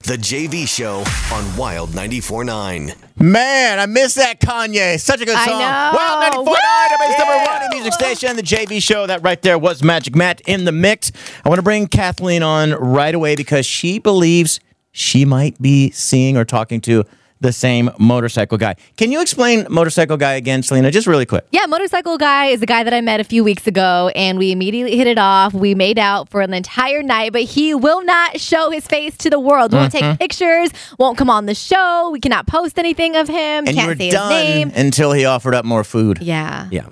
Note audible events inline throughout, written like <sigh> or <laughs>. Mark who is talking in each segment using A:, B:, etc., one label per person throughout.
A: The JV Show on Wild 94.9.
B: Man, I miss that Kanye. Such a good
C: I
B: song.
C: know.
B: Wow, 94.9, America's number one in music station. The JV show, that right there was Magic Matt in the mix. I want to bring Kathleen on right away because she believes she might be seeing or talking to the same motorcycle guy. Can you explain motorcycle guy again, Selena? Just really quick.
C: Yeah, motorcycle guy is a guy that I met a few weeks ago, and we immediately hit it off. We made out for an entire night, but he will not show his face to the world. Won't
B: Mm-hmm.
C: take pictures. Won't come on the show. We cannot post anything of him.
B: And you
C: can't
B: were
C: say
B: done
C: his name.
B: until he offered up more food.
C: Yeah.
B: Yeah.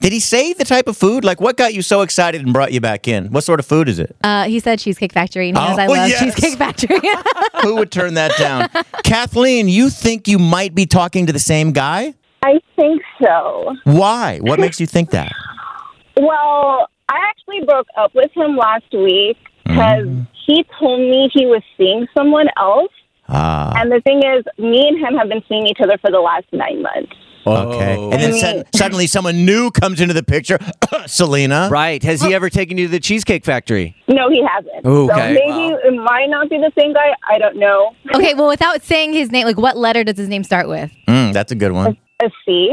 B: Did he say the type of food? Like, what got you so excited and brought you back in? What sort of food is it?
C: Uh, he said Cheesecake Factory, and he knows
B: Oh,
C: I love
B: yes.
C: Cheesecake Factory. <laughs>
B: Who would turn that down? Kathleen, you think you might be talking to the same guy?
D: I think so.
B: Why? What makes you think that?
D: Well, I actually broke up with him last week
B: Mm-hmm.
D: because he told me he was seeing someone else.
B: Ah,
D: And the thing is, me and him have been seeing each other for the last nine months.
B: okay.
E: Oh.
B: And then sud- suddenly someone new comes into the picture. <coughs> Selena.
E: Right. Has he ever taken you to the Cheesecake Factory?
D: No, he hasn't.
E: Okay.
D: So maybe it might not be the same guy. I don't know.
C: okay, well, without saying his name, like what letter does his name start with?
B: Mm, that's a good one.
D: A C.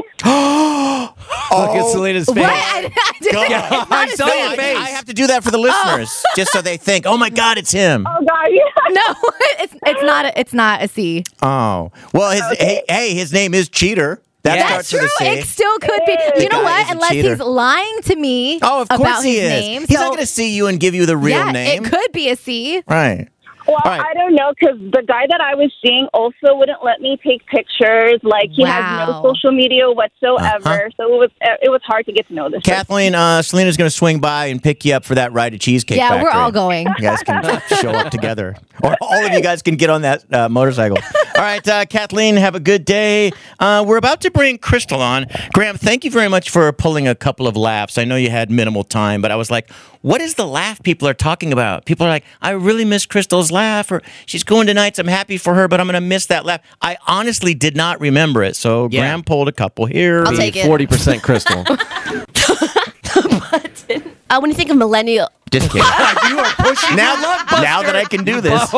E: Look at Selena's face.
C: Oh. What? <laughs> I, I didn't- it's not
E: I
C: his
E: saw
C: name.
E: your
B: I,
E: face.
B: I have to do that for the listeners just so they think, oh my God, it's him.
D: Oh, God. <laughs> Yeah.
C: No, <laughs> it's it's not a, it's not a C.
B: Oh. Well, his, hey, hey, his name is Cheater. That
E: Yes.
B: starts
C: That's true.
B: with a C.
C: It still could be.
D: The
C: You know
B: guy
C: what?
B: is a
C: Unless
B: cheater.
C: he's lying to me.
B: Oh, of
C: about
B: course he
C: his
B: is.
C: Name.
B: He's
C: So,
B: not going to see you and give you the real
C: yeah,
B: name.
C: It could be a C.
B: Right.
D: Well,
B: All right.
D: I don't know because the guy that I was seeing also wouldn't let me take pictures. Like he has
C: Wow.
D: no social media whatsoever, so it was it was hard to get to know this. person.
B: Uh-huh. Kathleen, uh, Selena's going to swing by and pick you up for that ride to Cheesecake
C: yeah,
B: Factory.
C: we're all going.
B: You guys can show up together, or all of you guys can get on that uh, motorcycle. All right, uh, Kathleen, have a good day. Uh, we're about to bring Crystal on. Graham, thank you very much for pulling a couple of laughs. I know you had minimal time, but I was like, what is the laugh people are talking about? People are like, I really miss Crystal's laugh, or she's going tonight. So I'm happy for her, but I'm going to miss that laugh. I honestly did not remember it, so
E: Yeah.
B: Graham pulled a couple here.
F: I'll take it.
E: Forty percent crystal.
F: Uh, when you think of millennial,
E: Just kidding.
C: <laughs>
E: you are pushing.
B: now, now that I can do this,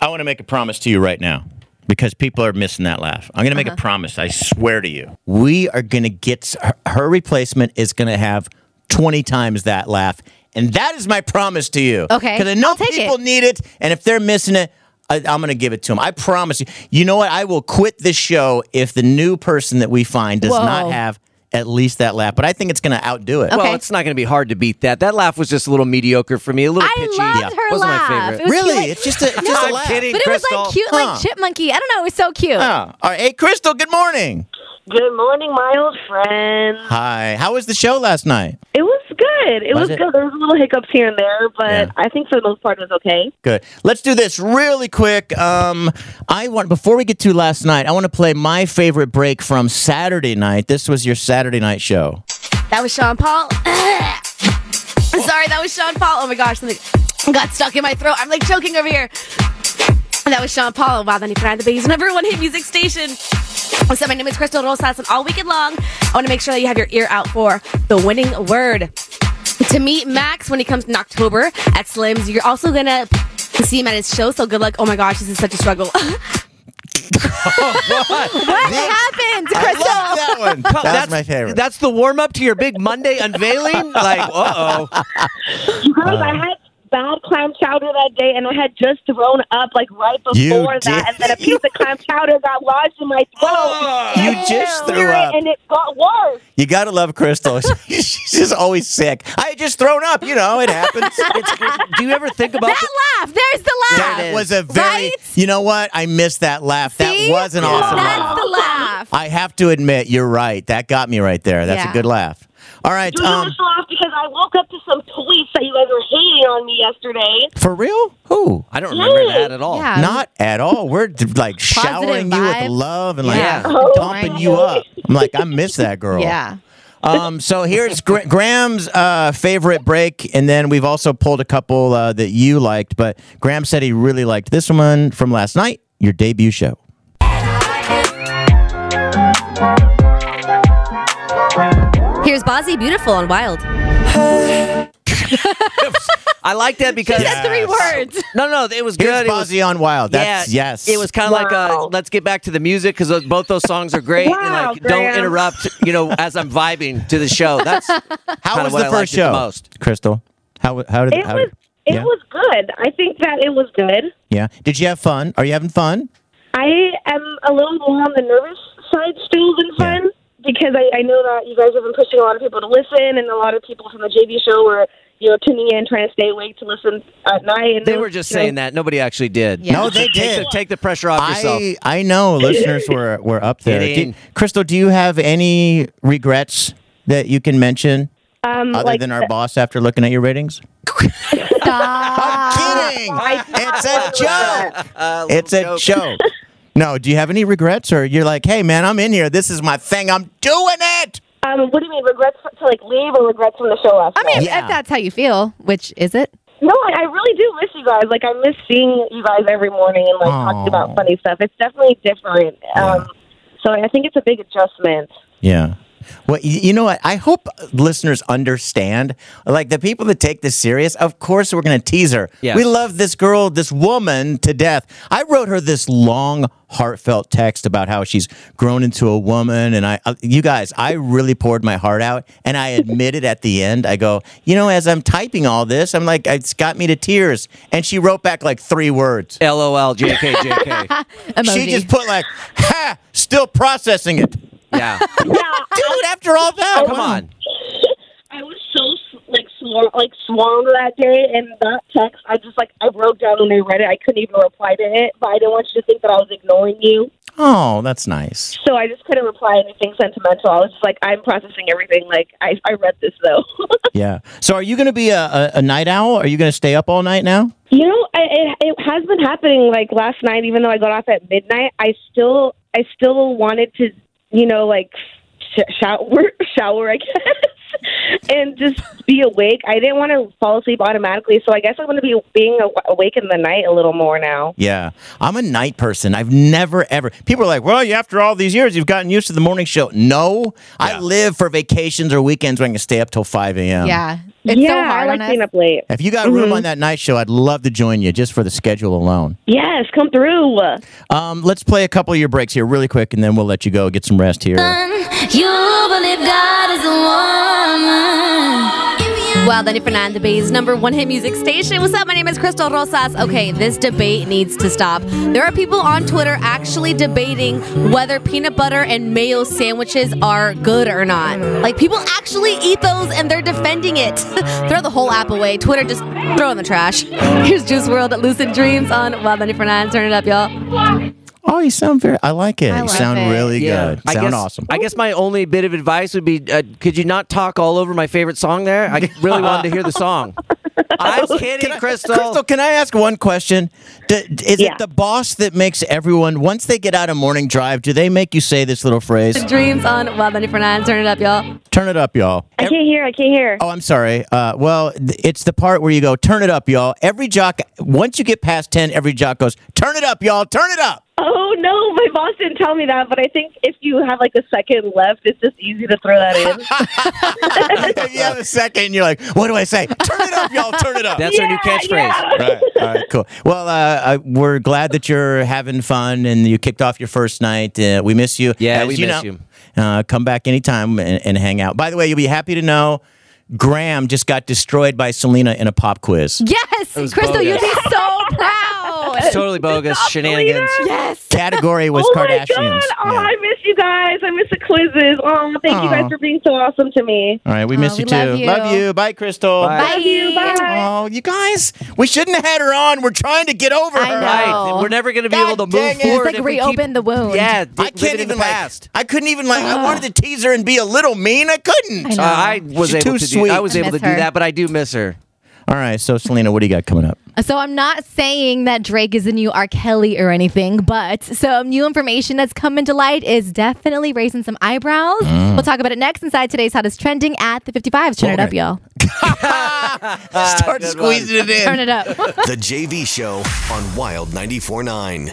B: I want to make a promise to you right now because people are missing that laugh. I'm going to make
C: Uh-huh.
B: a promise. I swear to you. We are going to get her, her replacement is going to have 20 times that laugh. And that is my promise to you.
C: Okay,
B: Because enough
C: I'll take
B: people
C: it.
B: need it. And if they're missing it, I, I'm going to give it to them. I promise you. You know what? I will quit this show if the new person that we find does not
C: Whoa.
B: have at least that laugh. But I think it's going to outdo it.
C: Okay.
E: Well, it's not going to be hard to beat that. That laugh was just a little mediocre for me. A little
C: I
E: pitchy.
C: loved her
E: Wasn't
C: laugh.
E: my
C: It
E: favorite.
C: was
B: Really?
C: Cute, like,
B: it's just a, it's just a
E: I'm
B: laugh.
E: kidding.
C: but it was
E: Crystal.
C: like cute,
B: Huh.
C: like chipmunky. I don't know. It was so cute.
B: Oh, all right. Hey, Crystal, good morning.
D: Good morning, my old friend.
B: Hi. How was the show last night?
D: It was good. It
B: Was
D: was,
B: it?
D: good. There was little hiccups here and there, but
B: Yeah.
D: I think for the most part it was okay.
B: Good. Let's do this really quick. Um, I want before we get to last night, I want to play my favorite break from Saturday night. This was your Saturday night show.
F: that was Sean Paul. <coughs> Sorry, that was Sean Paul. Oh my gosh, something got stuck in my throat. I'm like choking over here. And that was Sean Paul of Wild 99, the biggest number one hit music station. So my name is Crystal Rosas, and all weekend long, I want to make sure that you have your ear out for the winning word. To meet Max when he comes in October at Slim's, you're also going to see him at his show, so good luck. Oh my gosh, this is such a
B: <laughs>
F: struggle. <laughs>
C: What happened,
B: I
C: Crystal?
B: love that one. That
E: that's
B: was my favorite.
E: That's the warm up to your big Monday
B: <laughs>
E: unveiling. Like, uh oh.
D: You guys,
B: Uh.
D: I had bad clam chowder that day, and I had just thrown up like right
B: You
D: before
B: did. Oh,
D: that, and then a piece of clam chowder got lodged in my throat.
B: you
D: And
B: just
D: I
B: threw
D: it,
B: up.
D: and it got worse.
B: You gotta love Crystal. <laughs> She's just always sick. I had just thrown up. You know, it happens.
E: It's, do you ever think about?
C: That laugh. There's the laugh.
B: that was a very.
C: Right?
B: You know what? I missed that laugh.
C: See?
B: That was an awesome laugh.
C: That's the laugh.
B: I have to admit, you're right. That got me right there. That's a
C: Yeah.
B: good laugh. All right.
D: Do you
B: Um,
D: laugh because because I woke up to some tweets that you guys were hating on me yesterday.
B: For real? Who?
E: I don't remember that at all.
C: Yeah.
B: Oh, Not at all. We're d-
C: <laughs>
B: like showering you with
C: Um, vibes. Oh,
B: love and like
E: Yeah.
B: pumping you up. I'm like, I miss that girl.
C: <laughs> Yeah.
B: Um, so here's Gra- Graham's uh, favorite break, and then we've also pulled a couple uh, that you liked. But Graham said he really liked this one from last night, your debut show.
F: Here's Bozzy Beautiful on Wild.
E: I like that because
C: Three words.
E: no, no, it was
B: Here's
E: good. It was-
B: Bozzy on Wild. That's
E: yeah,
B: yes.
E: It was kind of like
D: Wow.
E: a, let's get back to the music because both those songs are great. and
D: Wow,
E: like, don't
D: Graham.
E: interrupt, you know, as I'm vibing to the show.
D: <laughs>
E: That's
B: how
E: kinda
B: was
E: what
B: the
E: I
B: first
E: liked it the
B: show,
E: most.
B: Crystal? How how did
D: It
B: how,
D: was it
B: yeah.
D: was good. I think that it was good.
B: yeah? Did you have fun? Are you having fun?
D: I am a little more on the nervous side still than
B: Yeah.
D: fun because I, I know that you guys have been pushing a lot of people to listen, and a lot of people from the JV show were you know tuning in, trying to stay awake to listen at night. And
E: They were just saying that. Nobody actually did.
C: Yeah.
B: No, they
E: Take
B: did.
E: the, take the pressure off yourself.
B: I I
D: <laughs>
B: know listeners were were up there.
E: Kidding.
B: Do- Crystal, do you have any regrets that you can mention
D: um,
B: other
D: like,
B: than our boss after looking at your ratings? <laughs>
D: Uh,
B: I'm kidding. it's a joke.
E: Uh,
B: <laughs>
E: <laughs>
B: It's a joke. No, do you have any regrets, or you're like, hey man, I'm in here. This is my thing. I'm doing it.
D: Um, what do you mean regrets for, to like leave or regrets from the show last
C: I
D: night?
C: mean,
B: Yeah.
C: if that's how you feel, which is it?
D: No, I, I really do miss you guys. Like I miss seeing you guys every morning and like
B: Aw.
D: talking about funny stuff. It's definitely different. Um, so I think it's a big adjustment.
B: Yeah. Well, y- you know what? I hope listeners understand. Like the people that take this serious, of course, we're going to tease her.
E: Yes.
B: We love this girl, this woman to death. I wrote her this long, heartfelt text about how she's grown into a woman. And I, uh, you guys, I really poured my heart out. And I admitted at the end, I go, you know, as I'm typing all this, I'm like, it's got me to tears. And she wrote back like three words.
E: LOL, JK,
D: <laughs>
E: JK.
C: Emoji.
B: She just put like, ha, still processing it. Oh,
E: yeah.
D: Yeah,
B: Dude, after all that,
E: Come on.
D: I was so like swar- like swarmed that day, and that text I just like I broke down when I read it. I couldn't even reply to it, but I didn't want you to think that I was ignoring you,
B: Oh, that's nice.
D: so I just couldn't reply anything sentimental. I was just like, I'm processing everything. Like I, I read this though. <laughs>
B: Yeah. So are you going to be a, a, a night owl? Are you going to stay up all night now?
D: you know, I, it it has been happening. Like last night, even though I got off at midnight, I still I still wanted to, you know, like sh- shower <laughs> shower I guess, <laughs> and just be awake. I didn't want to fall asleep automatically, so I guess I'm going to be being aw- awake in the night a little more now.
B: Yeah. I'm a night person. I've never ever. People are like, "Well, you after all these years, you've gotten used to the morning show." No, I live for vacations or weekends where I can stay up till 5 a.m.
C: yeah. Mm-hmm. It's so
D: yeah,
C: hard
D: I like
C: on us.
D: being up <laughs> late.
B: If you got room on that night show, I'd love to join you just for the schedule alone.
D: Yes, come through.
B: Um, let's play a couple of your breaks here really quick, and then we'll let you go get some rest here.
F: You believe God is a woman. Well, then, Fernanda Bay's number one hit music station. What's up? My name is Crystal Rosas. Okay, this debate needs to stop. There are people on Twitter actually debating whether peanut butter and mayo sandwiches are good or not. Like, people actually eat those and they're defending it. <laughs> throw the whole app away. Twitter just throw in the trash. <laughs> Here's Juice World at Lucid Dreams on Wild Bunny Fernanda. Turn it up, y'all.
B: Oh, you sound very. I like it.
C: I
B: you
C: love
B: sound
C: it.
B: really
E: Yeah.
B: good.
E: I
B: sound
E: guess,
B: awesome.
E: I guess my only bit of advice would be uh, could you not talk all over my favorite song there?
B: <laughs>
E: I really wanted to hear the song. I'm kidding, Crystal.
B: Crystal, can I ask one question? D- d- is
D: Yeah.
B: it the boss that makes everyone once they get out of morning drive? Do they make you say this little phrase?
F: Dreams on Wild Bunny Fernanda. Turn it up, y'all.
B: Turn it up, y'all.
D: I can't hear. I can't hear.
B: Oh, I'm sorry. Uh, well, th- it's the part where you go, turn it up, y'all. Every jock, once you get past 10, every jock goes, turn it up, y'all, turn it up.
D: Oh no, my boss didn't tell me that, but I think if you have like a second left, it's just easy to
E: <laughs>
D: throw that in.
B: if you have a second, you're like, what do I say? Turn it up, y'all,
E: <laughs>
B: turn it up.
E: That's our new catchphrase.
B: right, all right, cool. Well, uh, I, we're glad that you're having fun and you kicked off your first night. Uh, we miss you.
E: Yeah,
B: As
E: we
B: you
E: miss
B: know,
E: you.
B: Uh, come back anytime and, and hang out. By the way, you'll be happy to know Graham just got destroyed by Selena in a pop quiz.
C: Yes,
E: was
C: Crystal,
E: bogus.
C: you'd be so proud.
B: <laughs>
E: It's totally
D: <laughs>
E: bogus shenanigans.
F: Yes.
B: Category was
C: <laughs>
D: oh
B: Kardashians.
D: my god! Oh,
B: Yeah.
D: I miss you guys. I miss the quizzes. Oh, thank you
B: Aw.
D: guys for being so awesome to me.
B: All right, we miss
C: Oh,
B: you
C: we
B: too.
C: love you.
B: Bye, Crystal.
E: Bye.
C: Bye.
D: Love you. Bye.
B: Oh, you guys, we shouldn't have had her on. We're trying to get over
C: I
B: her.
C: know.
E: Right. We're never going to be
B: God
E: able to
B: dang
E: move
B: it. It's
C: It's
E: forward.
C: like
E: if we keep-
C: reopen the wound.
E: Yeah,
B: I can't even
E: in the past.
B: like. I couldn't even like. I wanted to tease her and be a little mean. I couldn't.
C: I know.
E: Uh, I was
B: She's
E: able
B: too
E: to
B: sweet.
E: do. I was
C: I
E: able to
C: miss
E: do
C: her.
E: that, but I do miss her.
B: All right, so Selena, what do you got coming up?
C: So I'm not saying that Drake is the new R. Kelly or anything, but some new information that's come into light is definitely raising some eyebrows.
B: Mm.
C: We'll talk about it next inside today's hottest trending at the 55s. Turn it up,
B: Okay.
C: y'all.
B: <laughs> Start squeezing it in.
C: Turn it up.
A: The JV Show on Wild 94.9.